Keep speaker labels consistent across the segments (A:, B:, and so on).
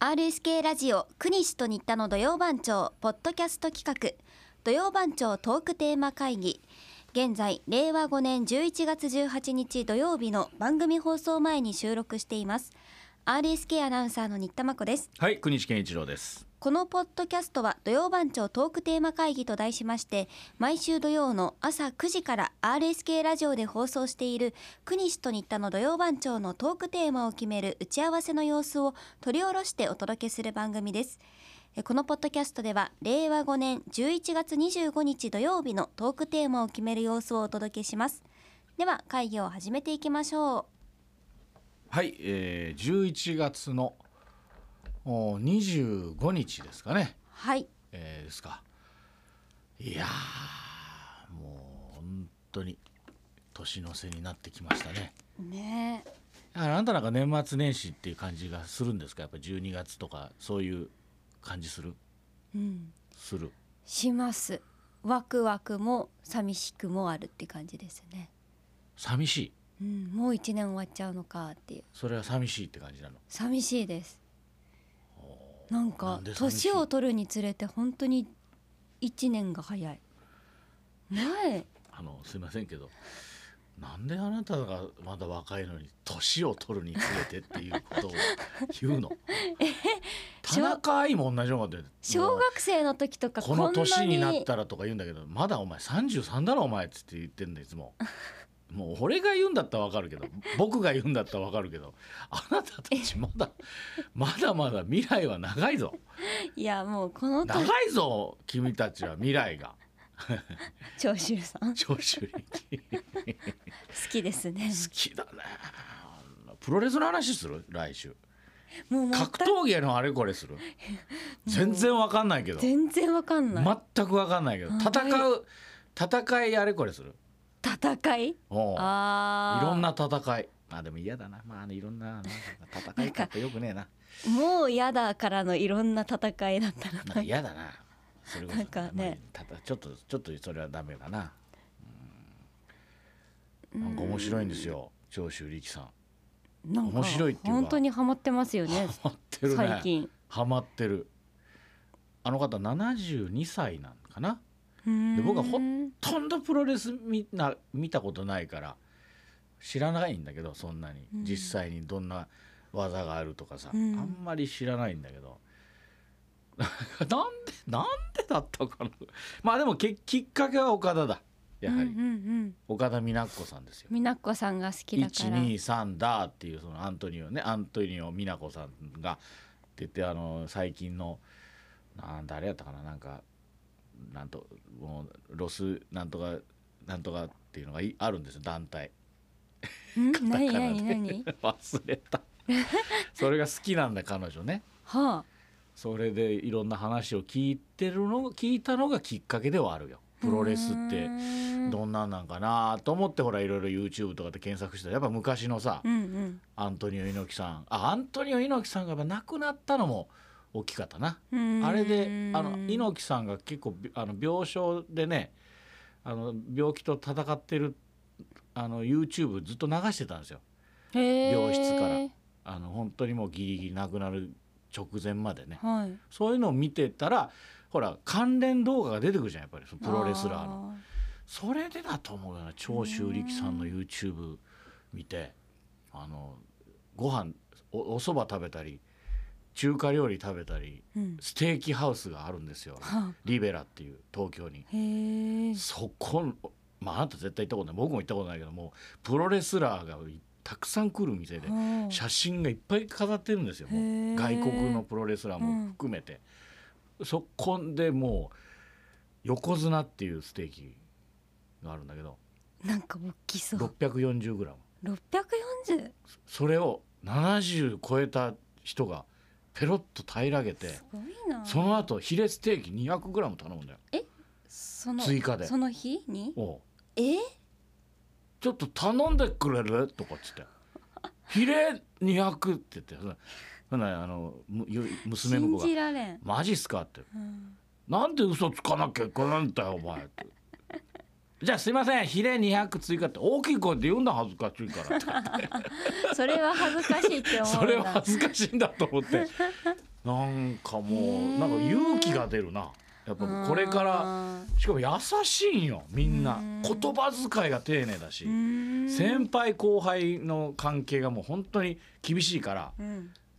A: RSK ラジオ国西と新田の土曜番長ポッドキャスト企画土曜番長トークテーマ会議現在令和5年11月18日土曜日の番組放送前に収録しています RSK アナウンサーの新田真子です
B: はい、国西健一郎です。
A: このポッドキャストは土曜番長トークテーマ会議と題しまして毎週土曜の朝9時から RSK ラジオで放送している国西と新田の土曜番長のトークテーマを決める打ち合わせの様子を取り下ろしてお届けする番組ですえこのポッドキャストでは令和5年11月25日土曜日のトークテーマを決める様子をお届けしますでは会議を始めていきましょう
B: はい、えー、11月のおー25日ですかね。
A: はい
B: えー、ですか。いやー、もう本当に年の瀬になってきましたね。
A: ねえ
B: ああなたなんか年末年始っていう感じがするんですか。やっぱ12月とかそういう感じする
A: うん
B: する。
A: しますワクワクも寂しくもあるって感じですね、
B: 寂しい。
A: うん、もう一年終わっちゃうのかっていう
B: それは寂しいって感じなの。
A: 寂しいですなん
B: な
A: か
B: んで寂しい
A: 年を取るにつれて本当に一年が早い前
B: あのすいませんけどなんであなたがまだ若いのに年を取るにつれてっていうことを言 うの田中愛も同じようなこと言う
A: 小学生の時とかこ
B: こ
A: んな
B: の
A: に
B: 年になったらとか言うんだけどまだお前33だろお前っつって言ってんだいつも。もう俺が言うんだったらわかるけど僕が言うんだったらわかるけどあなたたちまだまだまだ未来は長いぞ
A: いやもうこの
B: 長
A: 年
B: いぞ君たちは未 来が
A: 長州さん好
B: 長州力
A: きですね
B: 好きだねプロレスの話する来週
A: もう全く
B: 格闘技のあれこれする全然わかんないけど
A: 全然わかんない、
B: 全くわかんないけど
A: うん
B: 戦う戦いあれこれする
A: 戦い
B: おうい
A: ああ
B: ろんな戦いまあでも嫌だなまあいろんななんか戦い方ってよくねえな
A: もうやだからのいろんな戦いだったら
B: なんか嫌だなそれこそ
A: なんかね
B: まあただちょっとちょっとそれはダメだなうんなんか面白いんですよ長州力さん
A: なんか
B: 面白いっていうか
A: 本当にハマってますよね
B: ハマってるね
A: 最近
B: ハマってるあの方72歳なのかな
A: で
B: で僕はほほとんどプロレス見な見たことないから知らないんだけどそんなに、
A: うん
B: 実際にどんな技があるとかさ、
A: うん
B: あんまり知らないんだけど なんでなんでだったかなまあでもけきっかけは岡田だやはり、
A: うんうんうん、
B: 岡田美奈子さんですよ。
A: みなっこさんが好きだから
B: 123だっていうそのアントニオねアントニオ美奈子さんがって言ってあの最近のなん誰やったかななんかなんともうロスなんとかなんとかっていうのがいあるんですよ団体
A: ん何
B: カタカナ
A: 何
B: で
A: 何
B: 忘れ たそれが好きなんだ彼女ね
A: はあ
B: それでいろんな話を聞いてるの聞いたのがきっかけではあるよプロレスって
A: うーん
B: どんなんなんかなと思ってほらいろいろ YouTube とかで検索したらやっぱ昔のさ、
A: うんうん
B: アントニオ猪木さんあアントニオ猪木さんがやっぱ亡くなったのも大きかったな、
A: うーん
B: あれであの猪木さんが結構びあの病床でねあの病気と闘ってるあの YouTube ずっと流してたんですよ
A: へー
B: 病室からあの本当にもうギリギリ亡くなる直前までね
A: はい
B: そういうのを見てたらほら関連動画が出てくるじゃんやっぱりそのプロレスラーの
A: の
B: それでだと思うよな長州力さんの YouTube 見てあのご飯おお蕎麦食べたり中華料理食べたり
A: うん
B: ステーキハウスがあるんですよ
A: はあ
B: リベラっていう東京に
A: へえ
B: そこまああなた絶対行ったことない僕も行ったことないけどもうプロレスラーがいたくさん来る店で
A: はあ
B: 写真がいっぱい飾ってるんですよも
A: へ
B: う
A: ー
B: 外国のプロレスラーも含めて、そこでもう横綱っていうステーキがあるんだけど
A: なんか大きそう
B: 640g
A: 640
B: それを70超えた人がペロッと平らげて
A: すごいな
B: その後ヒレステーキ 200g 頼むんだよ
A: その
B: 追加で
A: その日に
B: おう
A: え
B: ちょっと頼んでくれるとかっつって「ヒレ200」って言ってそんなそんなあのむゆ娘
A: 信
B: 婿が
A: じられん
B: 「マジっすか?」って
A: うん
B: なんで嘘つかなきゃいけないんだよお前って じゃあすいませんヒレ200追加って大きい声で言うんだ恥ずかし いからって
A: それは恥ずかしいって思うんだ
B: それは恥ずかしいんだと思ってなんか
A: へ
B: もう
A: ー
B: なんか勇気が出るなやっぱこれから
A: ら
B: しかも優しいんよみんな
A: うん
B: 言葉遣いが丁寧だし先輩後輩の関係がもう本当に厳しいから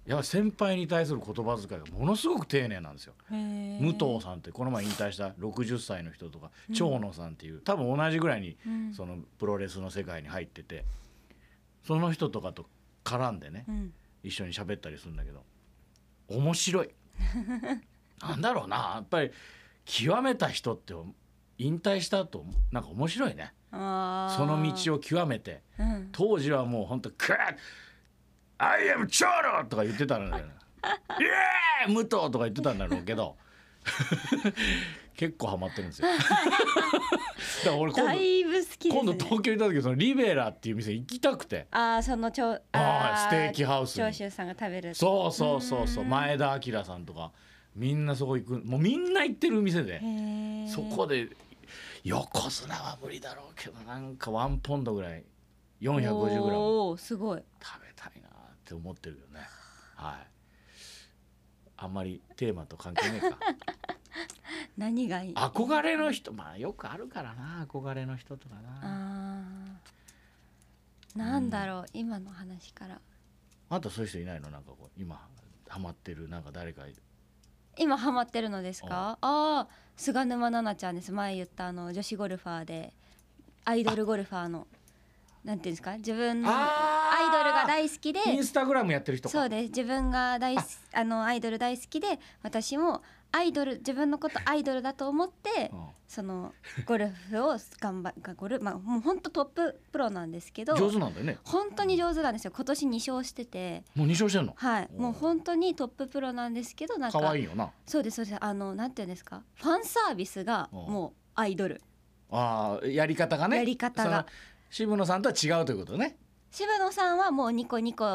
B: やっぱ先輩に対する言葉遣いがものすごく丁寧なんですよ。
A: 武
B: 武藤さんってこの前引退した60歳の人とか
A: うん
B: 長野さんっていう多分同じぐらいに
A: うん
B: そのプロレスの世界に入っててその人とかと絡んでね
A: うん
B: 一緒に喋ったりするんだけど面白 いなんだろうなやっぱり極めた人って引退した後なんか面白いね
A: あー
B: その道を極めて
A: うん
B: 当時はもうほんと「クッ I am 長野!」とか言ってたのよ、ね「イエーイ武藤!」とか言ってたんだろう けど結構ハマってるんですよだから俺今
A: だ
B: 度
A: いぶ好きですね
B: 今度東京行った時そのリベラっていう店行きたくて
A: ああそのちょ
B: あーステーキハウスに
A: 長州さんが食べる
B: そうそうそうそう
A: うん
B: 前田明さんとかみんなそこ行くもうみんな行ってる店
A: へ
B: で
A: ー
B: そこで横綱は無理だろうけどなんかワンポンドぐらい 450g
A: おーすごい
B: 食べたいなって思ってるよねはいあんまりテーマと関係ね
A: 何がい
B: え
A: い
B: か憧れの人まあよくあるからな憧れの人とかな
A: あーなんだろう、今の話から
B: あとそういう人いないのなんかこう今ハマってるなんか誰かいる
A: 今ハマってるのですかああー菅沼奈々ちゃんです前言ったあの女子ゴルファーでアイドルゴルファーのなんていうんですか自分のア
B: あ
A: イドルが大好きで
B: インスタグラムやってる人か
A: そうです自分が大好きあのアイドル大好きで私もアイドル自分のことアイドルだと思って
B: う
A: そのゴルフを頑張がゴルまあもう本当トッププロなんですけど
B: ん上手なんだよね
A: 本当に上手なんですよ今年2勝してて
B: もう2勝してんの
A: はい
B: おー
A: もう本当にトッププロなんですけどなんか
B: 可愛いよな
A: そうですそうですあのなんていうんですかファンサービスが
B: おー
A: もうアイドル
B: ああやり方がね
A: やり方が
B: その渋野さんとは違うということね
A: 渋野さんはもうニコニ
B: う
A: コ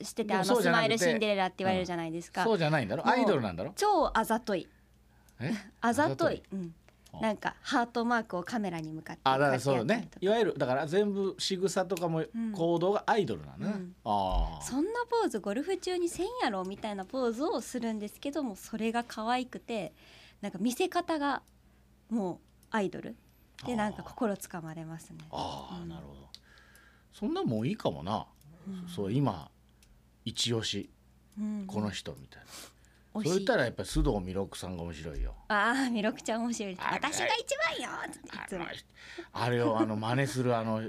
B: ん
A: してて
B: でも
A: あ
B: そ
A: の
B: うじ
A: ス
B: ゃなく
A: マイ
B: て
A: ルシンデレラって言われるじゃないですか
B: そうじゃないんだろ
A: もう
B: アイドルなんだろ
A: 超あざとい
B: え
A: あざとい、うん
B: あ、
A: なんかハートマークをカメラに向かって
B: あだから
A: 書い
B: そ
A: て
B: う
A: ったり
B: ね
A: とか
B: いわゆるだから全部仕草とかも
A: ん
B: 行動がアイドルなんだね、
A: うん
B: あ
A: そんなポーズゴルフ中にせんやろみたいなポーズをするんですけどもそれが可愛くてなんか見せ方がもうアイドル
B: あー
A: でなんか心つかまれますね
B: あああ
A: うん
B: なるほどそんなもういいかもな、そう今一押し
A: うん
B: この人みたいな、
A: 推し
B: そう言ったらやっぱり須藤弥勒さんが面白いよ
A: ああミロクちゃん面白いです
B: あれ
A: 私が一番よって言っ
B: あ
A: ていつも
B: の人あれをあの真似するあの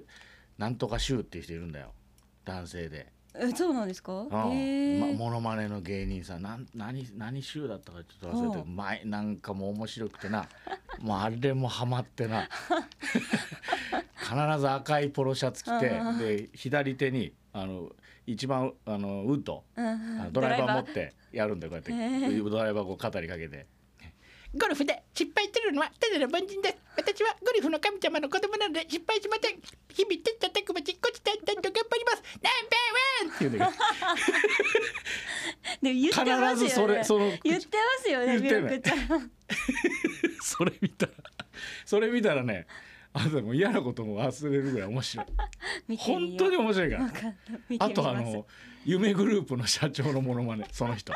B: なんとかシューっていう人いるんだよ男性で
A: えそうなんですか
B: う
A: へ
B: んま
A: え、
B: モノマネの芸人さんなん何何週だったかちょっと忘れてる
A: う
B: 前なんかもう面白くてな もうあれもハマってな 必ず赤いポロシャツ着
A: うん
B: てで左手にあの一番あのウッド
A: うん
B: あ
A: う
B: の
A: ん
B: ドライバー持っ
A: ド
B: てやるんだよこうや
A: へ
B: ってドライバーこう肩にかけて。ゴルフで失敗するのはただの凡人です私はゴルフの神様の子供なので失敗しません日々てったたくまちっこちたんたんと頑張りますナンバーワンっていうんだけど
A: でも言ってますよね
B: 必ずそれその
A: 言ってますよね
B: 言っ
A: ミ
B: てる
A: ロクちゃん
B: それ見たらそれ見たらねあなたもう嫌なことも忘れるぐらい面白い
A: 見てみよ
B: 本
A: う
B: 当に面白いから
A: わかんない見て
B: あ
A: みます
B: とあの夢グループの社長のモノマネその人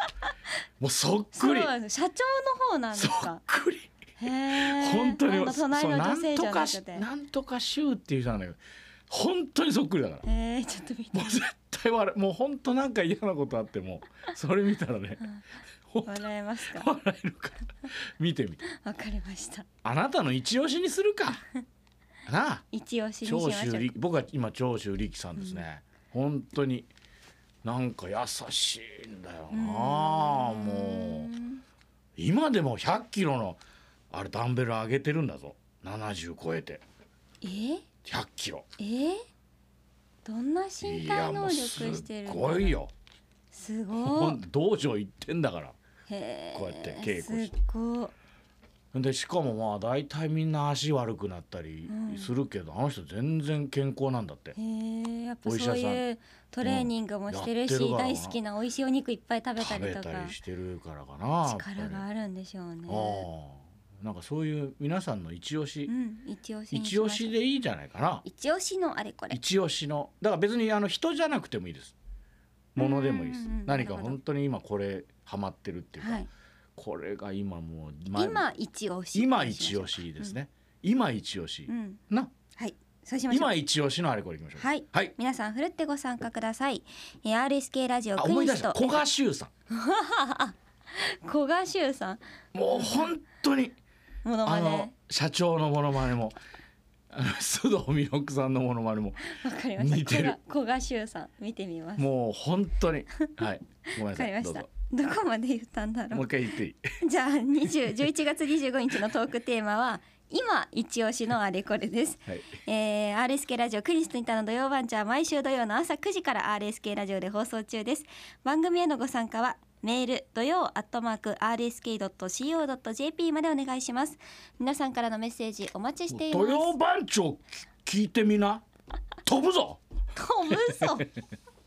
B: もうそっ
A: そ
B: く
A: う
B: り
A: なんです社長の方なんです
B: そ
A: か
B: っくり
A: へえ
B: 本当に
A: あんな
B: そう
A: 隣の
B: な
A: 女
B: ん
A: 性
B: と
A: じゃ
B: か
A: な
B: し
A: くて
B: なんとかシューっていう人なんだけど本当にそっくりだから
A: えー、ちょっと見て
B: もう絶対笑うもう本当なんか嫌なことあってもそれ見たらね本当
A: 笑えますか
B: 笑えるから見てみて
A: わかりました
B: あなたの一押しにするかなあ
A: 一押しにしま
B: 長
A: しょ
B: 州
A: う
B: 力僕は今長州力さんですね、本当になんか優しいんだよなもう今でも100キロのあれダンベル上げてるんだぞ70超えて
A: えー、
B: 100キロ
A: えー、どんない身
B: や
A: 体
B: も
A: 能
B: う
A: 力
B: すっ
A: してるんだ
B: ごいよ
A: す
B: ほ
A: ご
B: んと道場行ってんだから
A: いへー
B: こうやって稽古して
A: すっごい
B: でしかもまあ大体みんな足悪くなったり
A: うん
B: するけど、あの人全然健康なんだって
A: へーやっぱ
B: お医者さん
A: そういうトレーニングもしてるし、
B: うんやってるからな
A: 大好きな美味しいお肉いっぱい食べた
B: 食べ
A: りと
B: た
A: か
B: りしてるからかなやっぱり
A: 力があるんでしょうね
B: ああなんかそういう皆さんの一押し、
A: うん一押しに
B: 一
A: しま
B: 押
A: しょ
B: し
A: う
B: でいいじゃないかな
A: 一押しのあれこれ
B: 一押しのだから別にあの人じゃなくてもいいですものでもいいです
A: うんうんうんな
B: 何か
A: るほど
B: 本当に今これハマってるっていうか、
A: はい、
B: これが今もう前
A: 今一押し
B: 今一押しですね、今一押し
A: う、ん
B: な
A: はいそうしましょう
B: 今一押しのあれこれいきましょう
A: はい
B: はい
A: 皆さんふるってご参加ください、えー、RSK ラジオ
B: あ
A: ク
B: 思い
A: ニ
B: 出
A: ス
B: した
A: と
B: 古賀修さ
A: 古賀修さん
B: んもう本当に
A: ものま
B: あの
A: ね
B: 社長のモノマネもあの須藤弥勒さんのモノマネも
A: わかりました
B: 似てる
A: 古賀古賀修さん見てみますわ
B: もう本当にはいごめん
A: か
B: なさ
A: り
B: い
A: ま
B: ど
A: し
B: う
A: た
B: ぞ
A: どこまで言ったんだろ
B: もう
A: う
B: 一回言っていい
A: じゃあ20 11月25日のトークテーマは今一押しのあれこれ です
B: はい
A: えー、RSK ラジオクリスティンタの土曜番茶は毎週土曜の朝9時から RSK ラジオで放送中です番組へのご参加はメール土曜アットマーク RSK.CO.JP までお願いします皆さんからのメッセージお待ちして います
B: 土曜番長聞いてみな飛ぶぞ
A: 飛ぶぞ